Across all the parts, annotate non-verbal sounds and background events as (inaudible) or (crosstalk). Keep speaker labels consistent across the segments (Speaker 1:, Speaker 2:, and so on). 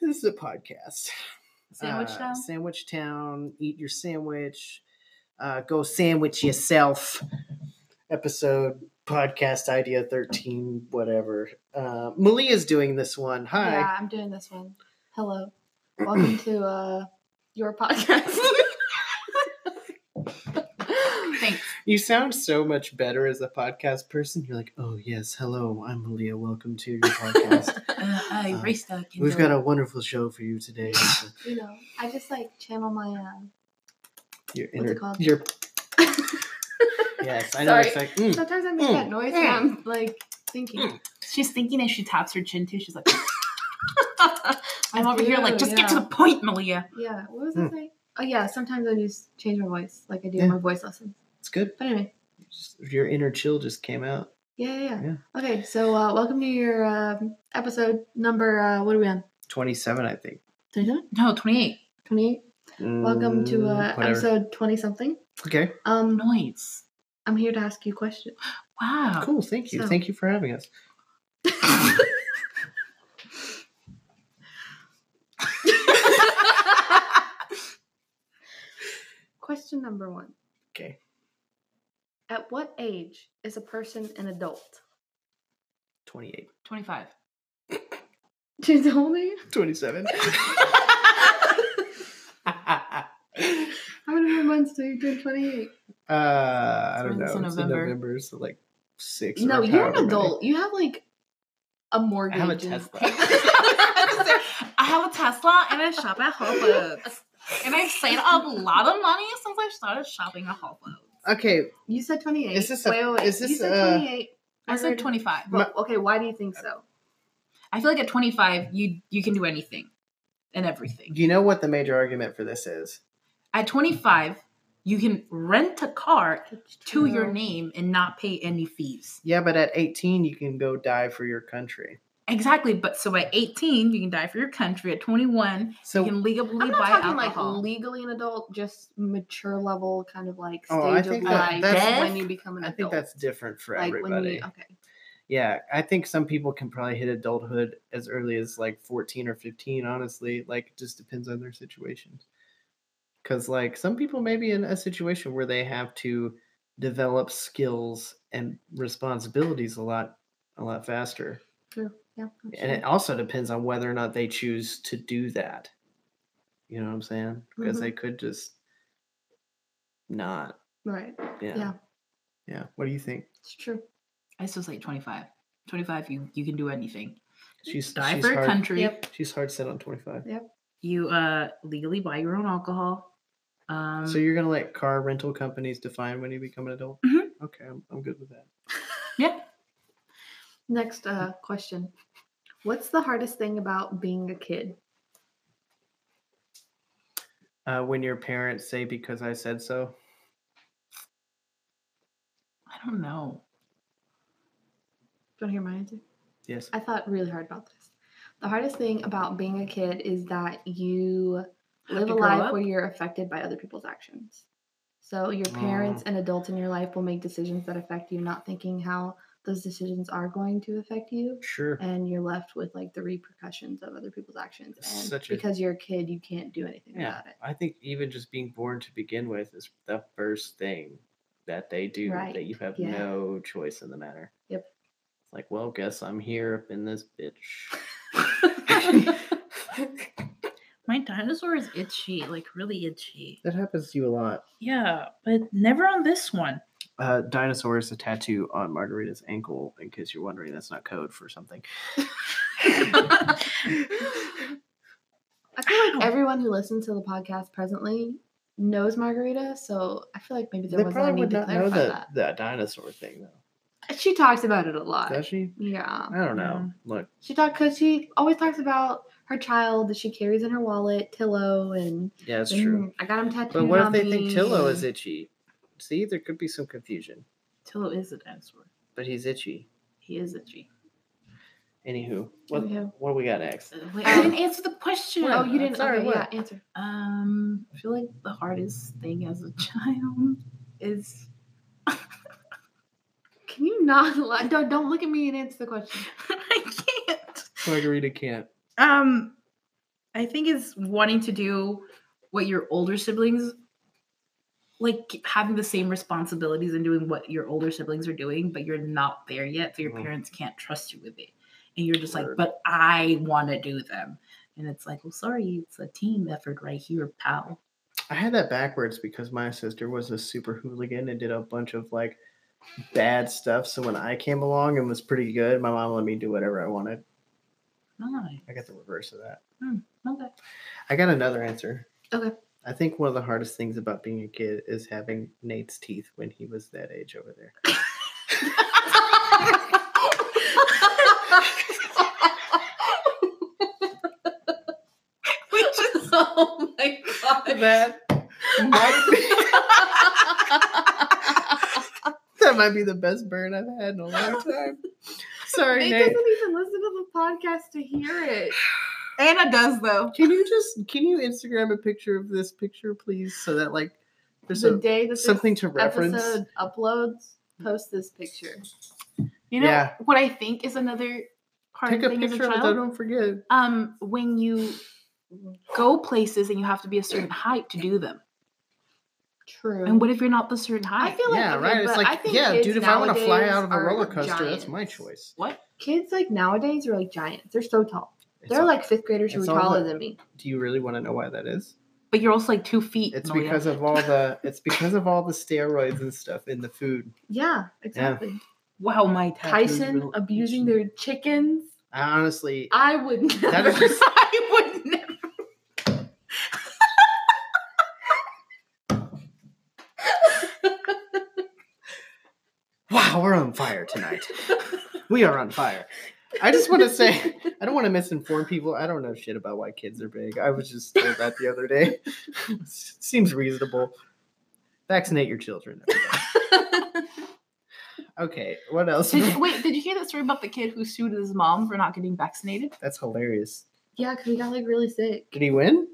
Speaker 1: this is a podcast.
Speaker 2: Sandwich
Speaker 1: Uh,
Speaker 2: Town?
Speaker 1: Sandwich Town. Eat your sandwich. Uh, go sandwich yourself. Episode podcast idea thirteen whatever. Uh, Malia's doing this one. Hi.
Speaker 2: Yeah, I'm doing this one. Hello. Welcome to uh your podcast. (laughs) Thanks.
Speaker 1: You sound so much better as a podcast person. You're like, oh yes, hello, I'm Malia. Welcome
Speaker 2: (laughs)
Speaker 1: to your podcast.
Speaker 3: Uh, I
Speaker 1: Um,
Speaker 3: erased that.
Speaker 1: We've got a wonderful show for you
Speaker 2: (laughs)
Speaker 1: today.
Speaker 2: You know, I just like channel my uh
Speaker 1: Your
Speaker 2: What's it called? (laughs)
Speaker 1: your yes, I know it's
Speaker 2: Sorry.
Speaker 1: like mm,
Speaker 2: sometimes I make that noise when I'm like thinking.
Speaker 3: She's thinking as she taps her chin too. She's like, I'm over here like,
Speaker 2: do,
Speaker 3: just get to
Speaker 2: yeah.
Speaker 3: the point, Malia.
Speaker 2: Yeah. What was
Speaker 1: Hmm.
Speaker 2: I saying? Oh yeah, sometimes I just change my voice like I do
Speaker 1: Yeah.
Speaker 2: in my voice lessons.
Speaker 1: it's good.
Speaker 2: But anyway.
Speaker 1: Just- your inner chill just came out.
Speaker 2: Yeah, yeah, yeah.
Speaker 1: Yeah.
Speaker 2: Okay, so uh, welcome to your um, episode number. Uh, what are we on?
Speaker 1: Twenty seven, I think.
Speaker 2: 27?
Speaker 3: No, 28.
Speaker 2: 28? Welcome to uh,
Speaker 1: Mm, whatever.
Speaker 2: episode 20 something.
Speaker 1: Okay,
Speaker 2: Um,
Speaker 3: Nice.
Speaker 2: I'm here to ask you questions.
Speaker 3: Wow.
Speaker 1: cool. Thank you.
Speaker 2: Oh, So-
Speaker 1: Thank you for having us.
Speaker 2: Question number one
Speaker 1: Okay,
Speaker 2: At what age is a person an adult?
Speaker 3: (laughs)
Speaker 1: twenty eight.
Speaker 3: 25.
Speaker 2: You tell me?
Speaker 1: (laughs)
Speaker 2: (laughs)
Speaker 1: 27. uh,
Speaker 2: How many more months do you do 28?
Speaker 1: Uh, I don't know.
Speaker 3: It's in
Speaker 1: It's in
Speaker 3: November.
Speaker 1: November, so like six.
Speaker 2: No,
Speaker 1: or
Speaker 2: you're
Speaker 1: however
Speaker 2: an
Speaker 1: many.
Speaker 2: adult. You have like a mortgage.
Speaker 1: I have a
Speaker 2: and-
Speaker 1: Tesla.
Speaker 2: (laughs)
Speaker 3: (laughs) I have a Tesla and I shop at Whole Foods. And I saved a lot of money since I started shopping at Whole Foods.
Speaker 1: okay,
Speaker 2: You said 28.
Speaker 1: Is this a-
Speaker 2: wait, wait, wait.
Speaker 1: is
Speaker 2: you
Speaker 1: this
Speaker 2: said
Speaker 1: a-
Speaker 2: 28.
Speaker 3: I said
Speaker 2: heard-
Speaker 3: 25.
Speaker 2: Well, okay, why do you think so?
Speaker 3: I feel like at 25, you you can do anything and everything.
Speaker 1: you know what the major argument for this is?
Speaker 3: At 25, you can rent a car to your
Speaker 2: No.
Speaker 3: name and not pay any fees.
Speaker 1: Yeah, but at 18, you can go die for your country.
Speaker 3: Exactly, but so at 18, you can die for your country. At 21,
Speaker 1: So,
Speaker 3: you can legally
Speaker 2: I'm not
Speaker 3: buy
Speaker 2: talking
Speaker 3: alcohol.
Speaker 2: like legally an adult, just mature level kind of like stage
Speaker 1: Oh, I
Speaker 2: of
Speaker 1: think
Speaker 3: that-
Speaker 2: life
Speaker 3: that's-
Speaker 2: when you become an
Speaker 1: I think
Speaker 2: adult.
Speaker 1: that's different for
Speaker 2: like when
Speaker 1: everybody.
Speaker 2: you uh okay.
Speaker 1: yeah, I think some people can probably hit adulthood as early as like 14 or 15, honestly. Like, it just depends on their situation. Because, like, some people may be in a situation where they have to develop skills and responsibilities a lot a lot faster.
Speaker 2: Yeah. that's
Speaker 1: And it
Speaker 2: true.
Speaker 1: also depends on whether or not they choose to do that. You know what I'm saying? Because
Speaker 2: Mhm.
Speaker 1: they could just not.
Speaker 2: right.
Speaker 1: Yeah.
Speaker 2: Yeah.
Speaker 1: Yeah. What do you think?
Speaker 2: It's true.
Speaker 3: I still say 25. 25, you, you can do anything.
Speaker 1: She's
Speaker 3: Die
Speaker 1: she's
Speaker 3: for your
Speaker 1: hard,
Speaker 3: country.
Speaker 2: Yep.
Speaker 1: She's hard set on 25.
Speaker 3: You uh, legally buy your own alcohol. Um,
Speaker 1: so you're gonna let car rental companies define when you become an adult?
Speaker 3: Mhm.
Speaker 2: Mm-hmm.
Speaker 1: Okay, I'm, I'm good with that.
Speaker 3: yeah.
Speaker 2: Next uh, question. What's the hardest thing about being a kid?
Speaker 1: Uh, when your parents say because I said so,
Speaker 3: I
Speaker 2: (laughs)
Speaker 3: don't know.
Speaker 2: Do you want to hear my answer?
Speaker 1: yes.
Speaker 2: I thought really hard about this. The hardest thing about being a kid is that you live
Speaker 3: to
Speaker 2: a
Speaker 3: grow
Speaker 2: life
Speaker 3: up?
Speaker 2: where you're affected by other people's actions. So your parents and adults in your life will make decisions that affect you, not thinking how those decisions are going to affect you.
Speaker 1: Sure.
Speaker 2: And you're left with like the repercussions of other people's actions. And
Speaker 1: Such a-
Speaker 2: because you're a kid, you can't do anything
Speaker 1: Yeah,
Speaker 2: about it.
Speaker 1: I think even just being born to begin with is the first thing that they do that you
Speaker 2: Right,
Speaker 1: have
Speaker 2: yeah.
Speaker 1: no choice in the matter.
Speaker 2: Yep.
Speaker 1: It's like, well, guess I'm here up in this
Speaker 2: (laughs)
Speaker 1: bitch.
Speaker 3: My dinosaur is itchy, like really itchy.
Speaker 1: That happens to you a lot.
Speaker 3: Yeah, but never on this one.
Speaker 1: Uh, dinosaur is a tattoo on Margarita's ankle. In case you're wondering, that's not code for something.
Speaker 2: I feel
Speaker 3: Ow.
Speaker 2: like (laughs) everyone who listens to the podcast presently knows Margarita, so I feel like maybe there
Speaker 1: they
Speaker 2: was
Speaker 1: probably
Speaker 2: no need
Speaker 1: would
Speaker 2: to
Speaker 1: not know
Speaker 2: clarify
Speaker 1: that that dinosaur thing though.
Speaker 2: that. She talks about it a lot.
Speaker 1: Does she?
Speaker 2: Yeah.
Speaker 1: I don't know. Look,
Speaker 2: She talked because she always talks about her child that she carries in her wallet, Tillo, and
Speaker 1: yeah, it's
Speaker 2: "Mm,
Speaker 1: true.
Speaker 2: I got him tattooed.
Speaker 1: But what if
Speaker 2: on
Speaker 1: they think
Speaker 2: me,"
Speaker 1: Tillo is
Speaker 2: and-
Speaker 1: itchy? See, there could be some confusion.
Speaker 3: Tillo is a dinosaur.
Speaker 1: But he's itchy.
Speaker 3: He is itchy.
Speaker 1: Anywho, what
Speaker 2: Anywho.
Speaker 1: what do we got next?
Speaker 3: Uh, Wait, I didn't answer the question.
Speaker 2: Oh, you didn't.
Speaker 1: Sorry,
Speaker 2: okay,
Speaker 1: what?
Speaker 2: yeah, answer.
Speaker 3: Um, I feel like the (laughs) hardest thing as a child is
Speaker 2: Can you I'm not. (laughs) Li- don't don't look at me and answer the question.
Speaker 3: (laughs) I can't.
Speaker 1: Margarita can't.
Speaker 3: Um, I think it's wanting to do what your older siblings like having the same responsibilities and doing what your older siblings are doing, but you're not there yet, so your
Speaker 1: Mhm.
Speaker 3: parents can't trust you with it, and you're just like,
Speaker 1: Word.
Speaker 3: but I want to do them, and it's like, well, sorry, it's a team effort right here, pal.
Speaker 1: I had that backwards because my sister was a super hooligan and did a bunch of like bad stuff. So when I came along and was pretty good, my mom let me do whatever I wanted.
Speaker 3: Nice.
Speaker 1: I got the reverse of that.
Speaker 3: Okay. (laughs)
Speaker 1: I got another answer.
Speaker 2: Okay.
Speaker 1: I think one of the hardest things about being a kid is having Nate's teeth when he was that age over there.
Speaker 3: Which is (laughs) oh my god.
Speaker 1: That might be, (laughs) that might be the best burn I've had in a long time. Sorry,
Speaker 2: Nate
Speaker 1: Nate.
Speaker 2: doesn't even listen to the podcast to hear it.
Speaker 3: Anna does though.
Speaker 1: Can you just can you Instagram a picture of this picture, please, so that like there's
Speaker 2: the
Speaker 1: a,
Speaker 2: day that this
Speaker 1: something to reference.
Speaker 2: episode uploads, post this picture.
Speaker 3: You know
Speaker 1: Yeah.
Speaker 3: what I think is another hard
Speaker 1: Take a
Speaker 3: thing
Speaker 1: picture
Speaker 3: as
Speaker 1: of
Speaker 3: a
Speaker 1: it. though,
Speaker 3: child.
Speaker 1: Don't forget.
Speaker 3: Um, when you go places and you have to be a certain height to do them.
Speaker 2: True.
Speaker 3: And what if you're not the certain
Speaker 2: I
Speaker 3: height?
Speaker 2: feel like
Speaker 1: yeah,
Speaker 2: okay,
Speaker 1: right. It's
Speaker 2: but I
Speaker 1: like,
Speaker 2: think
Speaker 1: yeah,
Speaker 2: kids
Speaker 1: dude, if I want to fly
Speaker 2: nowadays
Speaker 1: out of a
Speaker 2: are
Speaker 1: roller coaster, that's my
Speaker 2: giants.
Speaker 1: choice.
Speaker 3: what?
Speaker 2: Kids like nowadays are like giants. They're so tall.
Speaker 1: It's
Speaker 2: They're
Speaker 1: all-
Speaker 2: like fifth graders who are
Speaker 1: it's all
Speaker 2: taller
Speaker 1: the-
Speaker 2: than me.
Speaker 1: do you really want to know why that is?
Speaker 3: But you're also like two feet.
Speaker 1: It's
Speaker 2: Oh,
Speaker 3: Nolia.
Speaker 1: because of all the it's because of all the steroids and stuff in the food.
Speaker 2: Yeah, exactly.
Speaker 3: wow, my (laughs)
Speaker 2: Tyson abusing their chickens.
Speaker 1: I honestly,
Speaker 2: I would never. (laughs)
Speaker 1: That is just-
Speaker 3: I would never.
Speaker 1: wow, we're on fire
Speaker 2: (laughs)
Speaker 1: tonight. we are on fire. I just want to say, I don't want to misinform people. I don't know shit about why kids are big. I was just told that the other day. (laughs) Seems reasonable. Vaccinate your children. Okay, what
Speaker 2: (laughs)
Speaker 1: else?
Speaker 3: (laughs) Did you- wait, did you hear that story about the kid who sued his mom for not getting vaccinated?
Speaker 1: That's hilarious.
Speaker 2: yeah, because he got like really sick.
Speaker 1: Did he win?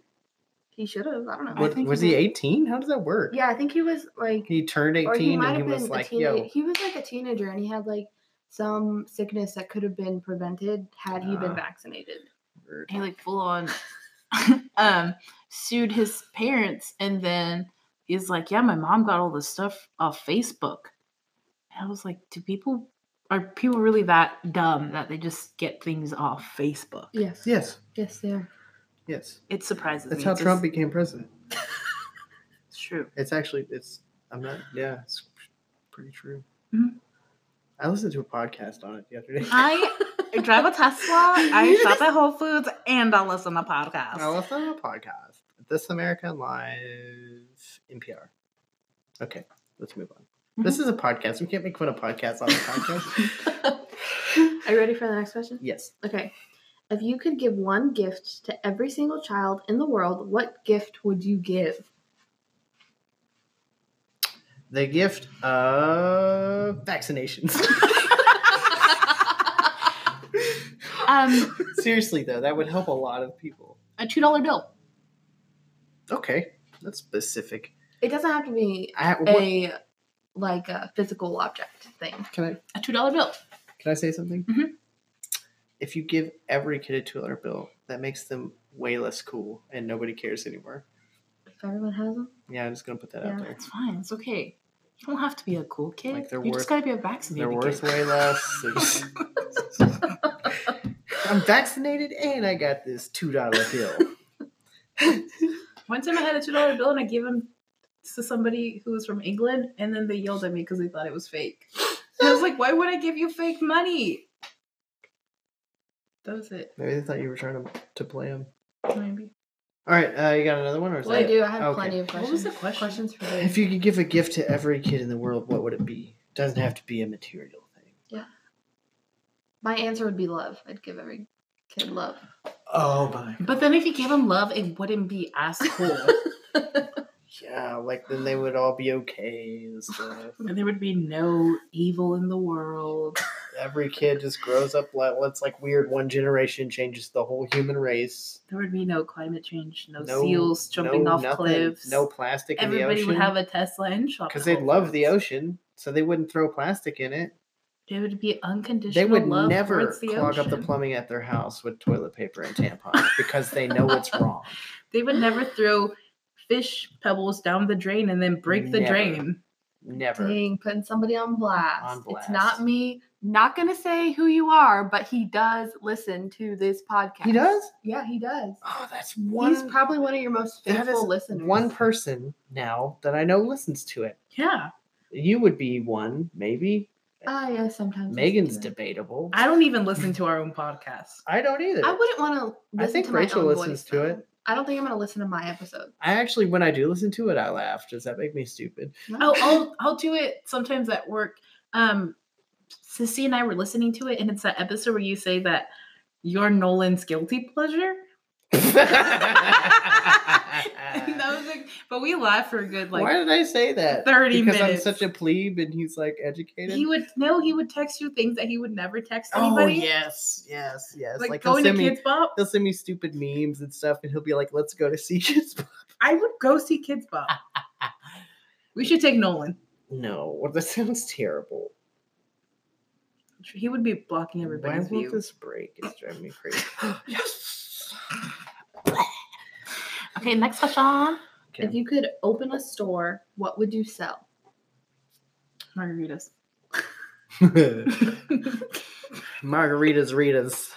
Speaker 2: He should have. I don't know.
Speaker 1: What,
Speaker 3: think
Speaker 1: was
Speaker 3: he
Speaker 1: he
Speaker 3: did.
Speaker 1: 18? How does that work?
Speaker 2: Yeah, I think he was like,
Speaker 1: He turned
Speaker 2: or he
Speaker 1: 18
Speaker 2: might
Speaker 1: and he
Speaker 2: have
Speaker 1: was
Speaker 2: been
Speaker 1: like,
Speaker 2: a teenager.
Speaker 1: yo.
Speaker 2: He was like a teenager, and he had like some sickness that could have been prevented had he
Speaker 1: Ah.
Speaker 2: been vaccinated.
Speaker 3: And he like full on um sued his parents and then he's like, Yeah, my mom got all this stuff off Facebook. And I was like, Do people are people really that dumb that they just get things off Facebook?
Speaker 2: Yes.
Speaker 1: Yes,
Speaker 2: Yes. Yeah.
Speaker 1: yes.
Speaker 3: It surprises
Speaker 1: That's
Speaker 3: me.
Speaker 1: how
Speaker 3: It's
Speaker 1: Trump
Speaker 3: just-
Speaker 1: became president.
Speaker 3: It's true.
Speaker 1: It's actually, it's, I'm not, yeah, it's pretty true.
Speaker 3: Mhm.
Speaker 1: I listened to a podcast on it the other day. (laughs)
Speaker 3: I drive a Tesla, I shop at Whole Foods, and I listen to podcasts.
Speaker 1: I listened to a podcast. This American Live NPR. Okay, let's move on. This is a podcast. We can't make fun of podcasts on the podcast.
Speaker 2: Are you ready for the next question?
Speaker 1: yes.
Speaker 2: Okay. If you could give one gift to every single child in the world, what gift would you give?
Speaker 1: The gift of vaccinations.
Speaker 3: (laughs)
Speaker 1: (laughs)
Speaker 3: um
Speaker 1: Seriously, though, that would help a lot of people.
Speaker 3: a two dollar bill.
Speaker 1: Okay, that's specific.
Speaker 2: It doesn't have to be
Speaker 1: I, what,
Speaker 2: a like a physical object thing.
Speaker 1: can I
Speaker 3: A two dollar bill.
Speaker 1: Can I say something?
Speaker 2: Mm-hmm.
Speaker 3: Mhm.
Speaker 1: If you give every kid a two dollar bill, that makes them way less cool, and nobody cares anymore.
Speaker 2: If everyone has them,
Speaker 1: Yeah, I'm just gonna put that out
Speaker 2: Yeah.
Speaker 1: there.
Speaker 3: It's fine. It's okay. You don't have to be a cool kid.
Speaker 1: Like, they're
Speaker 3: you
Speaker 1: worth-
Speaker 3: just gotta be a vaccinated
Speaker 1: They're worth
Speaker 3: kid.
Speaker 1: way less. They're
Speaker 2: (laughs)
Speaker 1: just- (laughs) I'm vaccinated and I got this two dollar bill.
Speaker 3: One time I had a two dollar bill and I gave him to somebody who was from England, and then they yelled at me because they thought it was fake. And I was like, "Why would I give you fake money?" That was it.
Speaker 1: Maybe they thought you were trying to to play them.
Speaker 3: Maybe.
Speaker 1: All right, uh, you got another one, or is
Speaker 2: well,
Speaker 1: that
Speaker 2: I
Speaker 1: it?
Speaker 2: do. I have
Speaker 1: okay.
Speaker 2: plenty of questions.
Speaker 3: What was the question?
Speaker 2: Questions
Speaker 1: (laughs)
Speaker 2: for
Speaker 1: If
Speaker 2: days.
Speaker 1: you could give a gift to every kid in the world, what would it be? Doesn't have to be a material thing.
Speaker 2: My answer would be love. I'd give every kid love.
Speaker 1: Oh my.
Speaker 3: But then if you gave him love, it wouldn't be (laughs) as
Speaker 2: (laughs)
Speaker 3: cool,
Speaker 1: Yeah, like then they would all be okay and stuff.
Speaker 3: and there would be no evil in the world.
Speaker 1: every kid just grows up like it's like weird one generation changes the whole human race
Speaker 3: There would be no climate change, no,
Speaker 1: No-
Speaker 3: seals jumping
Speaker 1: no
Speaker 3: off
Speaker 1: nothing,
Speaker 3: cliffs.
Speaker 1: no plastic in the
Speaker 3: Everybody
Speaker 1: ocean
Speaker 3: would have a Tesla and shop
Speaker 1: because
Speaker 3: at
Speaker 1: they
Speaker 3: Whole
Speaker 1: love the
Speaker 3: Foods.
Speaker 1: ocean so they wouldn't throw plastic in it
Speaker 3: It would be unconditional.
Speaker 1: They would
Speaker 3: love
Speaker 1: never
Speaker 3: towards the
Speaker 1: clog up the
Speaker 3: ocean.
Speaker 1: plumbing at their house with toilet paper and tampons
Speaker 3: (laughs)
Speaker 1: because they know it's wrong.
Speaker 3: They would never throw fish pebbles down the drain and then break the
Speaker 1: Never.
Speaker 3: drain.
Speaker 1: Never.
Speaker 2: Dang, putting somebody on blast.
Speaker 1: On blast.
Speaker 2: It's not me. Not gonna say who you are, but he does listen to this podcast.
Speaker 1: He does?
Speaker 2: Yeah, he does.
Speaker 1: Oh, that's one.
Speaker 2: He's probably one of your most
Speaker 1: that is
Speaker 2: faithful listeners.
Speaker 1: one person now that I know listens to it.
Speaker 3: Yeah.
Speaker 1: You would be one, maybe.
Speaker 2: Ah, yeah, sometimes.
Speaker 1: Megan's
Speaker 2: debate.
Speaker 1: debatable.
Speaker 3: I don't even listen to our own podcast.
Speaker 1: I don't either.
Speaker 2: I wouldn't want to.
Speaker 1: I think
Speaker 2: to my
Speaker 1: Rachel
Speaker 2: own
Speaker 1: listens
Speaker 2: voice,
Speaker 1: to
Speaker 2: though.
Speaker 1: it.
Speaker 2: I don't think I'm gonna listen to my episode.
Speaker 1: I actually, when I do listen to it, I laugh. Does that make me
Speaker 3: (laughs)
Speaker 1: stupid? (laughs)
Speaker 2: Oh,
Speaker 3: I'll, I'll I'll do it sometimes at work. Um, Sissy and I were listening to it, and it's that episode where you say that you're Nolan's guilty pleasure. (laughs) And that was like, but we laughed for a good like.
Speaker 1: Why did I say that?
Speaker 3: 30
Speaker 1: because
Speaker 3: minutes.
Speaker 1: I'm such a plebe, and he's like educated.
Speaker 3: He would no, he would text you things that he would never text
Speaker 1: oh
Speaker 3: anybody.
Speaker 1: yes, yes, yes.
Speaker 3: Like,
Speaker 1: Like, he'll
Speaker 3: going to
Speaker 1: send me,
Speaker 3: Kids Bop,
Speaker 1: he'll send me stupid memes and stuff, and he'll be like, "Let's go to (laughs) see kids."
Speaker 3: I would go see Kids (laughs) Bop. we should take Nolan.
Speaker 1: no, well, that sounds terrible.
Speaker 3: He would be blocking
Speaker 1: Why
Speaker 3: everybody's
Speaker 1: won't
Speaker 3: view.
Speaker 1: this break? It's driving me
Speaker 3: (laughs)
Speaker 1: crazy. (laughs) yes.
Speaker 3: Okay, next question. Margaritas.
Speaker 2: If you could open a store, what would you sell?
Speaker 1: Margaritas, Ritas.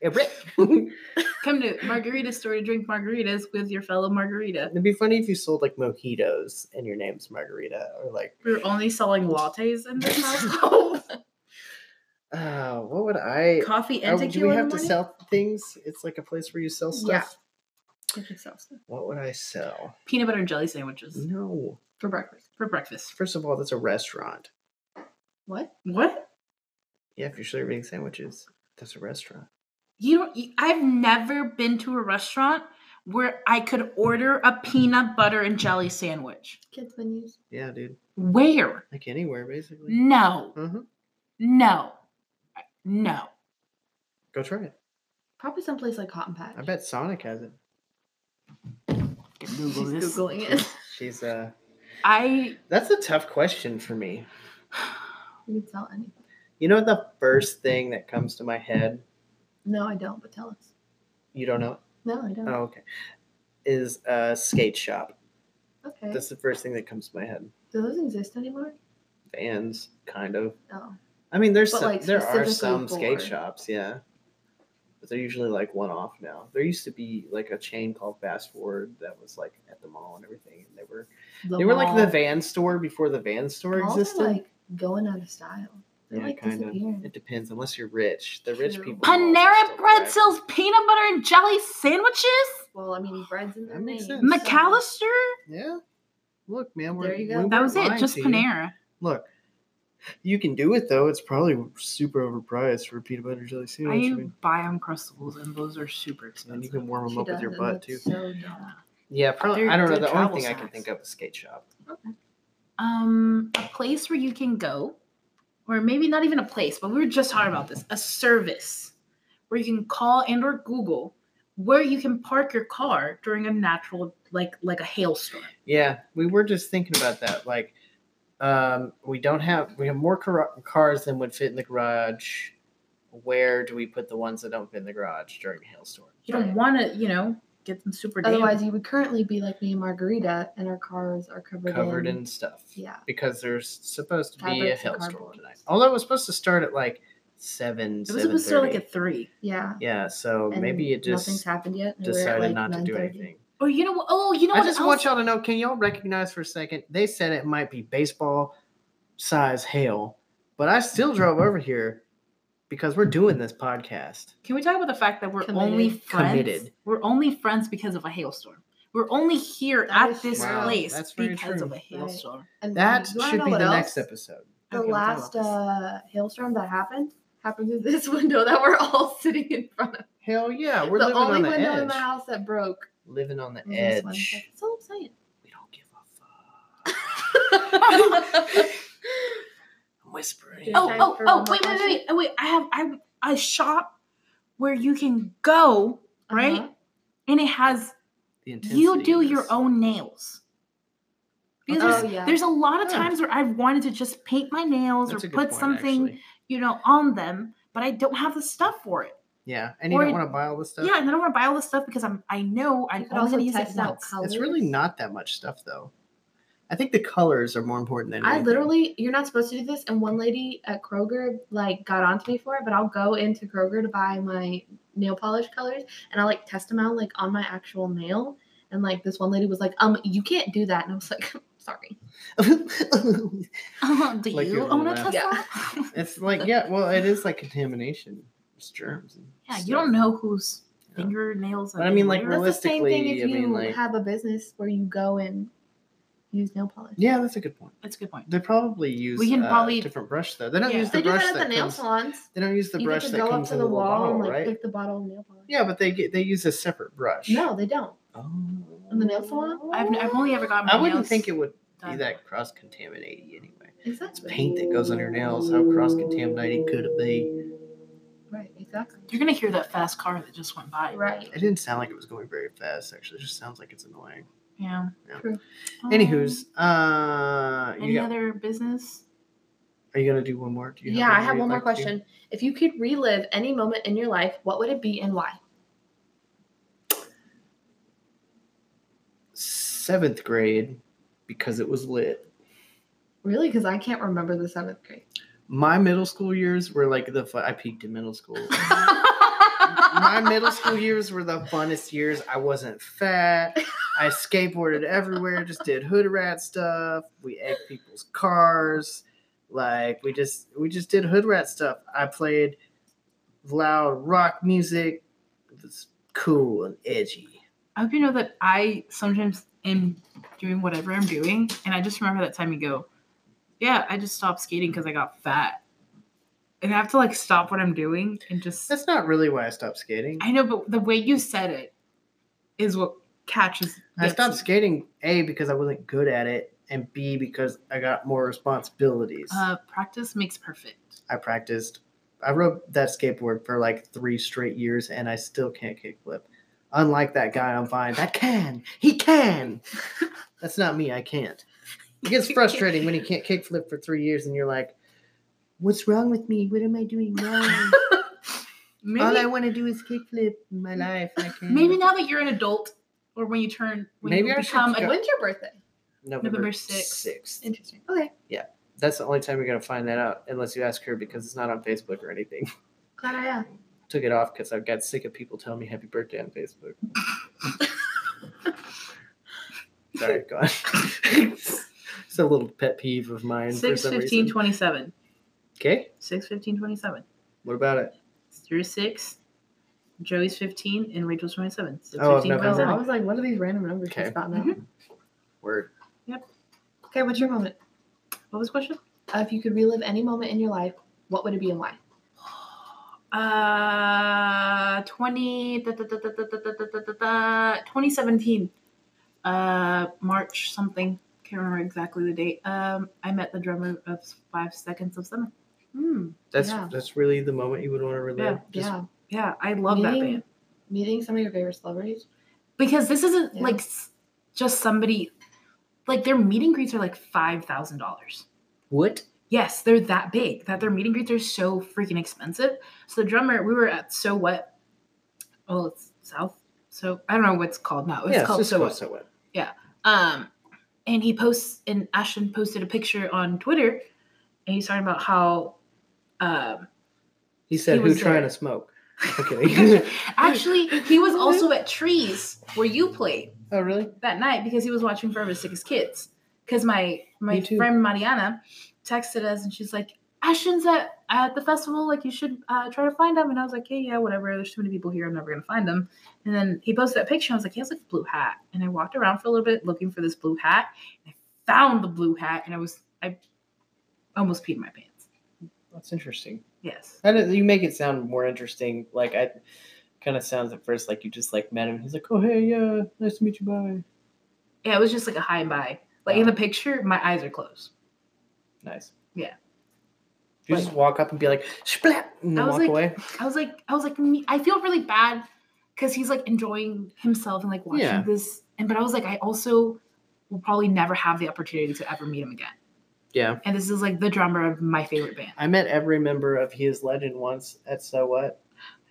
Speaker 1: Hey, Rick.
Speaker 3: (laughs) Come to margarita store to drink margaritas with your fellow margarita.
Speaker 1: It'd be funny if you sold like mojitos and your name's Margarita, or like,
Speaker 3: We were only selling lattes in (laughs) this household.
Speaker 1: uh, what would I?
Speaker 3: Coffee
Speaker 1: Oh,
Speaker 3: and
Speaker 1: do
Speaker 3: tequila.
Speaker 1: we
Speaker 3: in
Speaker 1: have
Speaker 3: the
Speaker 1: to
Speaker 3: morning?
Speaker 1: sell things? It's like a place where you sell stuff.
Speaker 2: Yeah. If you sell stuff
Speaker 1: What would I sell?
Speaker 3: peanut butter and jelly sandwiches
Speaker 1: No.
Speaker 2: for breakfast.
Speaker 3: for breakfast?
Speaker 1: First of all, that's a restaurant.
Speaker 2: What?
Speaker 3: What?
Speaker 1: Yeah, if you're serving sandwiches, that's a restaurant.
Speaker 3: You don't. you- I've never been to a restaurant where I could order a peanut butter and jelly sandwich.
Speaker 2: Kids menus.
Speaker 1: Yeah, dude.
Speaker 3: Where?
Speaker 1: Like anywhere,
Speaker 2: Mm.
Speaker 1: basically.
Speaker 3: No,
Speaker 1: Mm-hmm.
Speaker 3: no, no.
Speaker 1: Go try it.
Speaker 2: Probably someplace like Cotton Patch.
Speaker 1: I
Speaker 2: (laughs)
Speaker 1: bet Sonic has it.
Speaker 2: She's googling it.
Speaker 1: She's uh.
Speaker 3: I.
Speaker 1: That's a tough question for me.
Speaker 2: (laughs) you can sell anything.
Speaker 1: You know the first thing that comes to my head.
Speaker 2: No, I don't. But tell us.
Speaker 1: You don't know?
Speaker 2: No, I don't.
Speaker 1: Oh, okay. Is a skate shop.
Speaker 2: okay.
Speaker 1: That's the first thing that comes to my head.
Speaker 2: Do those exist anymore? Oh.
Speaker 1: Vans, kind of.
Speaker 2: No.
Speaker 1: I mean, there's
Speaker 2: But,
Speaker 1: some,
Speaker 2: like,
Speaker 1: there are some
Speaker 2: specifically
Speaker 1: skate
Speaker 2: for-
Speaker 1: shops, yeah, but they're usually like one off now. There used to be like a chain called Fast Forward that was like at the mall and everything, and they were
Speaker 2: The
Speaker 1: they were like the
Speaker 2: mall-
Speaker 1: van store before the van store
Speaker 2: malls are,
Speaker 1: existed.
Speaker 2: like going out of style. They're
Speaker 1: yeah,
Speaker 2: like
Speaker 1: kind of.
Speaker 2: disappearing.
Speaker 1: It depends, unless you're rich. The rich
Speaker 2: True.
Speaker 1: people. malls are
Speaker 3: Panera
Speaker 1: still
Speaker 3: Bread
Speaker 1: back.
Speaker 3: sells peanut butter and jelly sandwiches.
Speaker 2: Well, I mean, bread's in their
Speaker 1: That makes
Speaker 2: name.
Speaker 1: sense.
Speaker 2: so-
Speaker 3: McAllister.
Speaker 1: Yeah. Look, man, we're
Speaker 2: There you go.
Speaker 1: we
Speaker 2: That
Speaker 3: That
Speaker 1: weren't
Speaker 3: was it.
Speaker 1: lying
Speaker 3: Just
Speaker 1: to you.
Speaker 3: Panera.
Speaker 1: Look, you can do it though. It's probably super overpriced for a peanut butter jelly
Speaker 3: I
Speaker 1: sandwich. I mean,
Speaker 3: buy Uncrustables, and those are super
Speaker 1: and you
Speaker 3: expensive.
Speaker 1: can warm them
Speaker 2: She
Speaker 1: up with your
Speaker 2: does, and
Speaker 1: butt
Speaker 2: that's
Speaker 1: too.
Speaker 2: So dumb.
Speaker 1: Yeah, probably.
Speaker 3: They're
Speaker 1: I don't know.
Speaker 3: good
Speaker 1: The only
Speaker 3: travel
Speaker 1: thing I can
Speaker 3: snacks.
Speaker 1: think of is skate shop.
Speaker 3: Um, a place where you can go, or maybe not even a place, but we were just talking about this. A service where you can call and or Google where you can park your car during a natural, like like a hailstorm.
Speaker 1: Yeah, we were just thinking about that. Like, um, we don't have we have more car- cars than would fit in the garage. Where do we put the ones that don't fit in the garage during a hailstorm?
Speaker 3: You don't
Speaker 2: Right.
Speaker 3: want to, you know, get them super. damaged.
Speaker 2: Otherwise, you would currently be like me and Margarita, and our cars are covered,
Speaker 1: Covered in stuff.
Speaker 2: Yeah.
Speaker 1: Because there's supposed to be a
Speaker 2: Fabrics and
Speaker 1: hailstorm
Speaker 2: cardboard.
Speaker 1: tonight. Although it was supposed to start at like seven.
Speaker 3: it was supposed to start like at three.
Speaker 2: Yeah.
Speaker 1: Yeah, so
Speaker 2: and
Speaker 1: maybe it
Speaker 2: nothing's
Speaker 1: just
Speaker 2: happened yet. and we're at,
Speaker 1: decided
Speaker 2: like,
Speaker 1: not to do
Speaker 2: 9:30.
Speaker 1: anything.
Speaker 3: Or you know what? Oh, you know
Speaker 1: I
Speaker 3: what?
Speaker 1: just want y'all to know. Can y'all recognize for a second? They said it might be baseball size hail, but I still drove over here because we're doing this podcast.
Speaker 3: Can we talk about the fact that we're only
Speaker 2: Committed.
Speaker 3: friends?
Speaker 1: Committed.
Speaker 3: We're only friends because of a hailstorm. We're only here
Speaker 2: That
Speaker 3: at
Speaker 2: is
Speaker 3: this
Speaker 2: true. Wow,
Speaker 3: place
Speaker 1: that's very
Speaker 3: because
Speaker 1: true.
Speaker 3: of a
Speaker 1: Right.
Speaker 3: hailstorm.
Speaker 2: And
Speaker 1: That
Speaker 2: you wanna
Speaker 1: should
Speaker 2: Mm-hmm. know
Speaker 1: be
Speaker 2: what
Speaker 1: the
Speaker 2: else?
Speaker 1: next episode.
Speaker 2: The
Speaker 3: Okay, we'll talk about
Speaker 2: last
Speaker 3: this.
Speaker 2: uh, hailstorm that happened (laughs) happened through this window that we're all (laughs) sitting in front of.
Speaker 1: Hell yeah, we're
Speaker 2: the
Speaker 1: living
Speaker 2: only
Speaker 1: on the
Speaker 2: window
Speaker 1: edge.
Speaker 2: in my house that broke.
Speaker 1: Living on the
Speaker 2: was this one.
Speaker 1: edge.
Speaker 2: That's all
Speaker 1: (laughs)
Speaker 2: I'm saying. (laughs)
Speaker 1: We don't give a fuck. I'm whispering.
Speaker 2: Yeah.
Speaker 3: oh,
Speaker 2: Time
Speaker 3: oh,
Speaker 2: for one
Speaker 3: oh,
Speaker 2: more
Speaker 3: wait, wait,
Speaker 2: question?
Speaker 3: wait, wait. I have I have a shop where you can go, right?
Speaker 2: Uh-huh.
Speaker 3: And it has
Speaker 1: The
Speaker 3: you
Speaker 1: intensity
Speaker 3: do
Speaker 1: of
Speaker 3: your
Speaker 1: this.
Speaker 3: own nails. Because
Speaker 1: Okay.
Speaker 3: there's,
Speaker 2: Oh, yeah.
Speaker 3: there's a lot of
Speaker 1: Yeah.
Speaker 3: times where I've wanted to just paint my nails
Speaker 1: That's
Speaker 3: or
Speaker 1: a good
Speaker 3: put
Speaker 1: point,
Speaker 3: something,
Speaker 1: actually.
Speaker 3: you know, on them, but I don't have the stuff for it.
Speaker 1: Yeah, and you
Speaker 3: or-
Speaker 1: don't want to buy all this stuff.
Speaker 3: Yeah, and I don't want to buy all this stuff because I'm I know I'm
Speaker 2: You could
Speaker 3: only
Speaker 2: also
Speaker 3: going to use it
Speaker 2: test out
Speaker 3: once. (laughs)
Speaker 2: colors.
Speaker 1: it's really not that much stuff though. I think the colors are more important than
Speaker 2: I
Speaker 1: anything.
Speaker 2: literally, you're not supposed to do this. And one lady at Kroger like got onto me for it, but I'll go into Kroger to buy my nail polish colors, and I like test them out like on my actual nail. And like this one lady was like, "Um, you can't do that," and I was like, (laughs) "Sorry."
Speaker 1: (laughs)
Speaker 3: Oh,
Speaker 2: (laughs)
Speaker 3: Do
Speaker 1: Like
Speaker 3: you
Speaker 1: your
Speaker 3: own a
Speaker 1: left.
Speaker 3: Tesla? (laughs) Yeah,
Speaker 1: it's like yeah, well, it is like contamination, it's germs. And stuff.
Speaker 3: you don't know whose
Speaker 1: Yeah.
Speaker 3: fingernails.
Speaker 1: But
Speaker 3: are
Speaker 1: I mean,
Speaker 3: in
Speaker 1: like,
Speaker 3: where.
Speaker 2: That's the same thing if
Speaker 1: Realistically, I mean,
Speaker 2: you
Speaker 1: like-
Speaker 2: have a business where you go and use nail polish.
Speaker 1: Yeah, that's a good point.
Speaker 3: that's a good point.
Speaker 1: They probably use
Speaker 3: We can
Speaker 1: uh,
Speaker 3: probably-
Speaker 1: different brush though. They don't
Speaker 3: Yeah.
Speaker 1: use the
Speaker 2: They do
Speaker 1: brush
Speaker 2: that at the
Speaker 1: that
Speaker 2: nail
Speaker 1: comes.
Speaker 2: salons.
Speaker 1: They don't use the
Speaker 2: you
Speaker 1: brush
Speaker 2: get to
Speaker 1: that
Speaker 2: go up
Speaker 1: comes
Speaker 2: to
Speaker 1: in
Speaker 2: the wall
Speaker 1: bottle,
Speaker 2: and like
Speaker 1: right?
Speaker 2: pick the bottle of nail polish.
Speaker 1: Yeah, but they get they use a separate brush.
Speaker 2: No, they don't.
Speaker 1: Oh.
Speaker 2: In the nail salon?
Speaker 3: I've, n- I've only ever gotten. My
Speaker 1: I wouldn't
Speaker 3: nails
Speaker 1: think it would be
Speaker 3: done.
Speaker 1: that cross contaminating anyway. It's
Speaker 2: Exactly.
Speaker 1: paint that goes on your nails. How cross contaminating could it be?
Speaker 2: Right. Exactly.
Speaker 3: You're gonna hear that fast car that just went by.
Speaker 2: Right.
Speaker 1: It didn't sound like it was going very fast. Actually, it just sounds like it's annoying.
Speaker 3: Yeah.
Speaker 1: Yeah.
Speaker 2: True.
Speaker 3: Um,
Speaker 1: Anywho's, uh,
Speaker 3: Any
Speaker 1: you got, (laughs)
Speaker 3: other business? (laughs)
Speaker 1: are you gonna do one more? Do you
Speaker 2: Yeah, I have
Speaker 1: you'd
Speaker 2: one more
Speaker 1: like to do?
Speaker 2: question. If you could relive any moment in your life, what would it be and why?
Speaker 1: Seventh grade, because it was lit.
Speaker 2: Really? Because I can't remember the seventh grade.
Speaker 1: My middle school years were like the fu- I peaked in middle school. My middle school years were the funnest years. I wasn't fat. I skateboarded everywhere, just did hood rat stuff. We egged people's cars. Like we just we just did hood rat stuff. I played loud rock music. It was cool and edgy.
Speaker 3: I hope you know that I sometimes am doing whatever I'm doing, and I just remember that time you go, yeah, I just stopped skating because I got fat, and I have to like stop what I'm doing and just.
Speaker 1: That's not really why I stopped skating.
Speaker 3: I know, but the way you said it is what catches.
Speaker 1: I
Speaker 3: gets
Speaker 1: stopped
Speaker 3: me.
Speaker 1: skating A because I wasn't good at it and B because I got more responsibilities.
Speaker 3: Uh, practice makes perfect.
Speaker 1: I practiced. I rode that skateboard for like three straight years, and I still can't kickflip. Unlike that guy on Vine, that can. He can. That's not me. I can't. It gets frustrating when you can't kickflip for three years, and you're like, "What's wrong with me? What am I doing wrong?
Speaker 3: Maybe,
Speaker 1: All I want to do is kickflip in my life. I can't."
Speaker 3: maybe now that you're an adult, or when you turn, when
Speaker 1: Maybe
Speaker 3: you
Speaker 1: I should
Speaker 3: become
Speaker 1: go-
Speaker 3: a
Speaker 2: When's your birthday?
Speaker 1: November
Speaker 3: November 6th.
Speaker 1: sixth.
Speaker 2: Interesting. Okay.
Speaker 1: That's the only time you're gonna find that out, unless you ask her, because it's not on Facebook or anything. (laughs)
Speaker 2: Glad I asked.
Speaker 1: Took it off because I got sick of people telling me happy birthday on Facebook. Sorry, go on. (laughs) it's a little pet peeve of mine for
Speaker 3: six
Speaker 1: some
Speaker 3: fifteen
Speaker 1: reason.
Speaker 3: twenty seven.
Speaker 1: Okay,
Speaker 3: Six fifteen twenty seven.
Speaker 1: what about it?
Speaker 3: through six. Joey's 15 and Rachel's 27. So
Speaker 1: Oh, I've
Speaker 3: 15,
Speaker 1: never
Speaker 2: Oh,
Speaker 1: Exactly.
Speaker 2: I
Speaker 3: 27.
Speaker 2: was like, what are these random numbers
Speaker 1: Okay.
Speaker 2: she's about now?
Speaker 1: Word.
Speaker 2: Okay, what's your moment?
Speaker 3: What was the question?
Speaker 2: Uh, if you could relive any moment in your life, what would it be and why?
Speaker 3: Uh, 20, da, da, da, da, da, da, da, da, da, da, da, 2017. Uh, March something. Can't remember exactly the date. Um, I met the drummer of Five Seconds of Summer.
Speaker 2: Hmm.
Speaker 1: That's
Speaker 2: Yeah.
Speaker 1: that's really the moment you would want to relive. Just-
Speaker 2: yeah.
Speaker 3: Yeah, I love that
Speaker 2: Meeting-
Speaker 3: band.
Speaker 2: Meeting some of your favorite celebrities.
Speaker 3: Because this isn't
Speaker 2: Yeah.
Speaker 3: like s- just somebody, like their meet and greets are like $5,000.
Speaker 1: What?
Speaker 3: Yes, they're that big that their meet and greets are so freaking expensive. So the drummer, we were at So What. Well, it's South. So I don't know what it's called now. It's
Speaker 1: yeah,
Speaker 3: called
Speaker 1: it's just
Speaker 3: So
Speaker 1: called
Speaker 3: What.
Speaker 1: so what?
Speaker 3: Um, and he posts and Ashton posted a picture on Twitter, and he's talking about how. Um,
Speaker 1: He said,
Speaker 3: He
Speaker 1: "Who
Speaker 3: was
Speaker 1: trying
Speaker 3: there.
Speaker 1: to smoke?" (laughs) Okay.
Speaker 3: actually, he was also at Trees where you played
Speaker 1: oh, really?
Speaker 3: that night because he was watching Forever Sickest Kids. Because my my
Speaker 1: Me too.
Speaker 3: friend Mariana texted us and she's like, Ashton's at, at the festival. Like, you should uh, try to find him. And I was like, hey, yeah, whatever. There's too many people here. I'm never going to find them. And then he posted that picture. And I was like, he has like a blue hat. And I walked around for a little bit looking for this blue hat. And I found the blue hat. And I was, I almost peed my pants.
Speaker 1: That's interesting.
Speaker 3: Yes.
Speaker 1: I don't, you make it sound more interesting. Like I kind of sounds at first like you just like met him. He's like, "Oh, hey, yeah, nice to meet you, bye."
Speaker 3: Yeah, it was just like a high and bye. Like, in the picture, my eyes are closed.
Speaker 1: Nice.
Speaker 3: Yeah.
Speaker 1: You
Speaker 3: Like-
Speaker 1: just walk up and be like, "Splat," and then
Speaker 3: I was
Speaker 1: walk
Speaker 3: like-
Speaker 1: away.
Speaker 3: I was like, I was like, me, I feel really bad because he's like enjoying himself and like watching
Speaker 1: Yeah.
Speaker 3: this. And but I was like, I also will probably never have the opportunity to ever meet him again.
Speaker 1: Yeah.
Speaker 3: And this is like the drummer of my favorite band.
Speaker 1: I met every member of He Is Legend once at So What.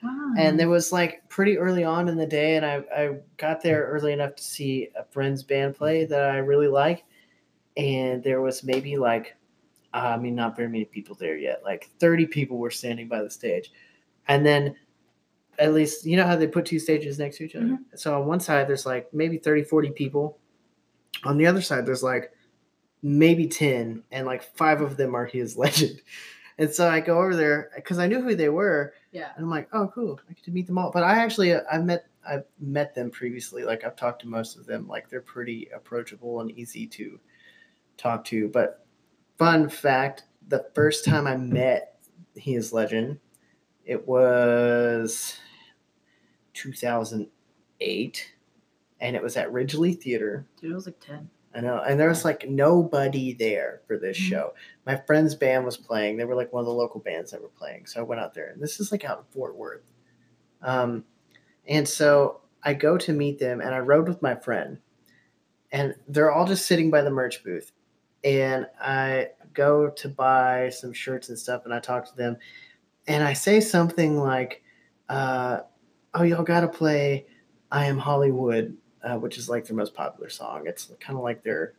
Speaker 3: Wow.
Speaker 1: And it was like pretty early on in the day, and I, I got there early enough to see a friend's band play that I really like. And there was maybe like, I mean, not very many people there yet. Like 30 people were standing by the stage. And then at least, you know how they put two stages next to each other?
Speaker 3: Mhm.
Speaker 1: So on one side, there's like maybe 30, 40 people. On the other side, there's like maybe 10, and like five of them are his (laughs) legend. And so I go over there because I knew who they were.
Speaker 3: yeah.
Speaker 1: And I'm like, oh, cool. I get to meet them all. But I actually, uh, I've met, I've met them previously. Like I've talked to most of them. Like they're pretty approachable and easy to talk to. But fun fact: the first time I met He Is Legend, it was 2008, and it was at Ridgely Theater.
Speaker 3: Dude, I was like 10.
Speaker 1: I know. And there was like nobody there for this
Speaker 3: Mhm.
Speaker 1: show. My friend's band was playing. They were like one of the local bands that were playing. So I went out there. And this is like out in Fort Worth. Um, and so I go to meet them and I rode with my friend. And they're all just sitting by the merch booth. And I go to buy some shirts and stuff. And I talk to them. And I say something like, uh, oh, y'all got to play I Am Hollywood uh, which is like their most popular song. It's kind of like their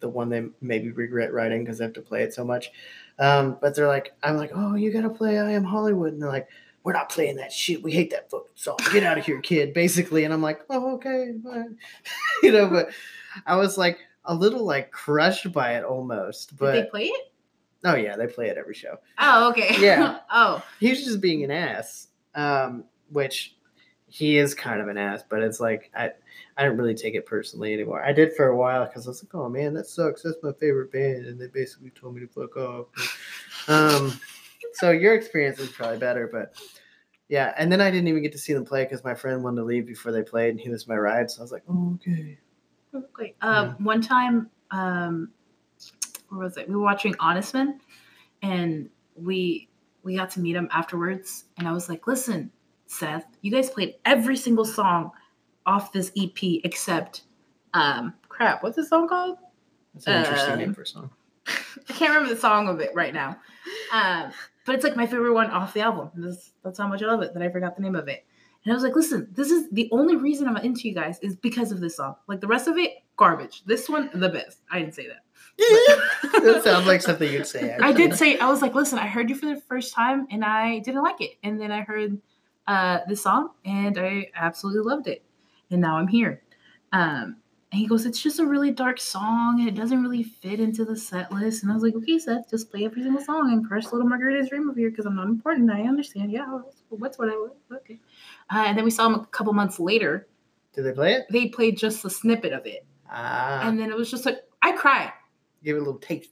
Speaker 1: the one they maybe regret writing because they have to play it so much. Um, but they're like, I'm like, oh, you gotta play I Am Hollywood, and they're like, we're not playing that shit. We hate that fucking song. Get out of here, kid. Basically, and I'm like, oh, okay, fine." (laughs) you know. But I was like a little like crushed by it almost.
Speaker 3: Did they
Speaker 1: But
Speaker 3: play it?
Speaker 1: oh yeah, they play it every show
Speaker 3: Oh, okay.
Speaker 1: Yeah.
Speaker 3: (laughs) oh.
Speaker 1: he's just being an ass um which he is kind of an ass but it's like i i don't really take it personally anymore i did for a while because i was like oh man that sucks that's my favorite band and they basically told me to fuck off um so your experience is probably better but yeah and then i didn't even get to see them play because my friend wanted to leave before they played and he was my ride so i was like oh, okay
Speaker 3: Quick. Um, One time, um, where was it? We were watching Honest Men, and we we got to meet him afterwards. And I was like, "Listen, Seth, you guys played every single song off this EP except um, crap. What's the song called?
Speaker 1: that's an interesting
Speaker 3: Uh,
Speaker 1: name for a song (laughs)
Speaker 3: I can't remember the song of it right now. Um, but it's like my favorite one off the album. This, that's how much I love it that I forgot the name of it. And I was like, listen, this is the only reason I'm into you guys is because of this song. Like the rest of it, garbage. This one, the best. I didn't say that. but-
Speaker 1: that sounds like something you'd say
Speaker 3: I
Speaker 1: actually.
Speaker 3: did say I was like, listen, I heard you for the first time and I didn't like it, and then I heard uh, this song and I absolutely loved it, and now I'm here. Um, and he goes, it's just a really dark song and it doesn't really fit into the set list. And I was like, okay, Seth, just play every single song and crush Little Margarita's Dream over here because I'm not important. I understand. Yeah, what's what I was. Okay. Uh, and then we saw him a couple months later.
Speaker 1: did they play it
Speaker 3: They played just a snippet of it,
Speaker 1: ah
Speaker 3: and then it was just like I cried.
Speaker 1: give it a little taste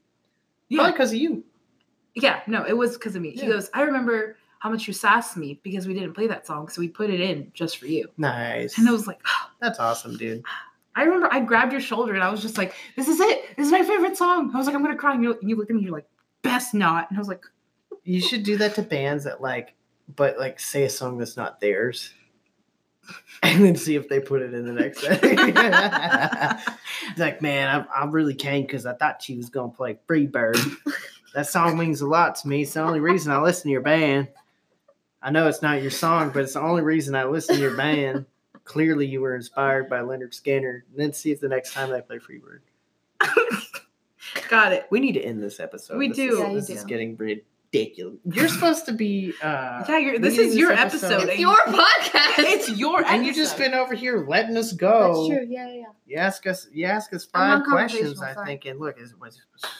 Speaker 3: Yeah.
Speaker 1: because of you
Speaker 3: Yeah, no, it was because of me. He
Speaker 1: Yeah.
Speaker 3: goes, I remember how much you sassed me because we didn't play that song, so we put it in just for you.
Speaker 1: Nice.
Speaker 3: And I was like, (gasps)
Speaker 1: That's awesome, dude.
Speaker 3: I remember I grabbed your shoulder and I was just like, this is it. This is my favorite song. I was like, I'm going to cry. And you, and you looked at me and you're like, best not. And I was like,
Speaker 1: You should do that to bands that like, but like say a song that's not theirs, (laughs) and then see if they put it in the next setting. It's (laughs) like, man, I, I really came because I thought she was gonna play Free (laughs) Bird. that song means a lot to me. It's the only reason I listen to your band. I know it's not your song, but it's the only reason I listen to your band. Clearly, you were inspired by Leonard Skinner. And then see if the next time they play Freebird.
Speaker 3: got it.
Speaker 1: We need to end this episode.
Speaker 3: We
Speaker 1: This
Speaker 3: do.
Speaker 1: Is,
Speaker 2: Yeah, you
Speaker 1: this
Speaker 2: do.
Speaker 1: is getting ridiculous. (laughs) You're supposed to be. uh
Speaker 3: Yeah, you're,
Speaker 1: we
Speaker 3: this
Speaker 1: did
Speaker 3: is your
Speaker 1: this episode.
Speaker 3: episode.
Speaker 2: It's
Speaker 3: and-
Speaker 2: your podcast.
Speaker 3: (laughs) It's your episode.
Speaker 1: And you just been over here letting us go.
Speaker 2: That's true. Yeah, yeah, yeah.
Speaker 1: You ask us. You ask us
Speaker 2: I'm
Speaker 1: five questions,
Speaker 2: non-conversational,
Speaker 1: I
Speaker 2: sorry.
Speaker 1: think. And look, is was.
Speaker 3: Um,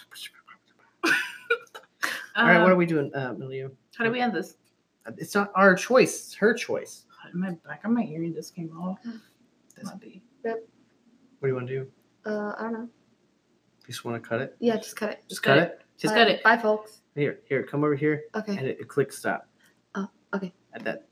Speaker 2: Um,
Speaker 1: All right, what are we doing, uh, Milio?
Speaker 3: How do we end this?
Speaker 1: It's not our choice. It's her choice.
Speaker 3: My back of my earring just came off.
Speaker 1: (sighs) This-
Speaker 3: Might be.
Speaker 1: What do you want to do? You
Speaker 2: Uh, I don't know.
Speaker 1: just want to cut it?
Speaker 2: Yeah, just cut it.
Speaker 1: Just cut
Speaker 3: cut
Speaker 1: it.
Speaker 3: Just
Speaker 2: Bye.
Speaker 3: got it.
Speaker 2: Bye, folks.
Speaker 1: Here, here. Come over here,
Speaker 2: Okay.
Speaker 1: and it, click stop.
Speaker 2: Oh, okay.
Speaker 1: At that.